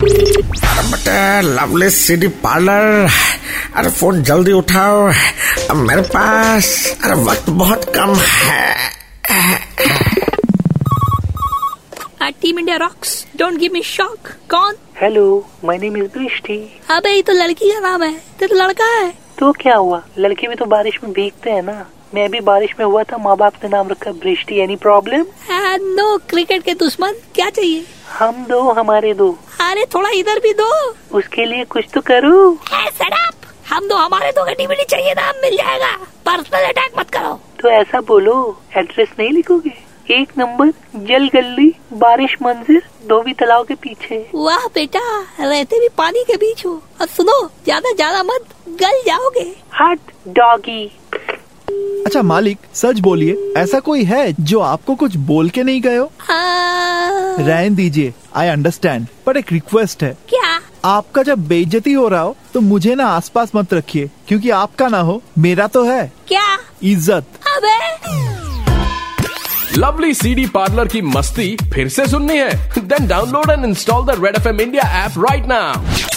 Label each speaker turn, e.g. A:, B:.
A: अरे बटे lovely city parlour अरे फोन जल्दी उठाओ अब मेरे पास अरे वक्त बहुत कम है
B: Uh, Team India rocks. Don't give me shock. कौन
C: hello my name is Brishti
B: अबे ये तो लड़की का नाम है ये तो लड़का है
C: तो क्या हुआ लड़के भी तो बारिश में भीगते हैं ना मैं भी बारिश में हुआ था माँ बाप ने नाम रखा Brishti any problem
B: Uh, no cricket के दुश्मन क्या चाहिए
C: हम दो हमारे दो
B: अरे थोड़ा इधर भी दो
C: उसके लिए कुछ तो करो
B: Hey, shut up. हम दो हमारे दो का टीवी चाहिए ना मिल जाएगा पर्सनल अटैक मत करो
C: तो ऐसा बोलो एड्रेस नहीं लिखोगे एक नंबर जल गली बारिश मंजिल धोबी तालाब के पीछे
B: वाह बेटा रहते भी पानी के बीच हो और सुनो ज्यादा ज्यादा मत गल जाओगे
C: हट डॉगी
D: अच्छा मालिक सच बोलिए ऐसा कोई है जो आपको कुछ बोल के नहीं गए हो
B: हाँ,
D: रहन दीजिए आई अंडरस्टैंड पर एक रिक्वेस्ट है
B: क्या
D: आपका जब बेइज्जती हो रहा हो तो मुझे ना आसपास मत रखिए क्योंकि आपका ना हो मेरा तो है
B: क्या
D: इज्जत
B: अबे
E: लवली सीडी पार्लर की मस्ती फिर से सुननी है then download and install the red F M India app right now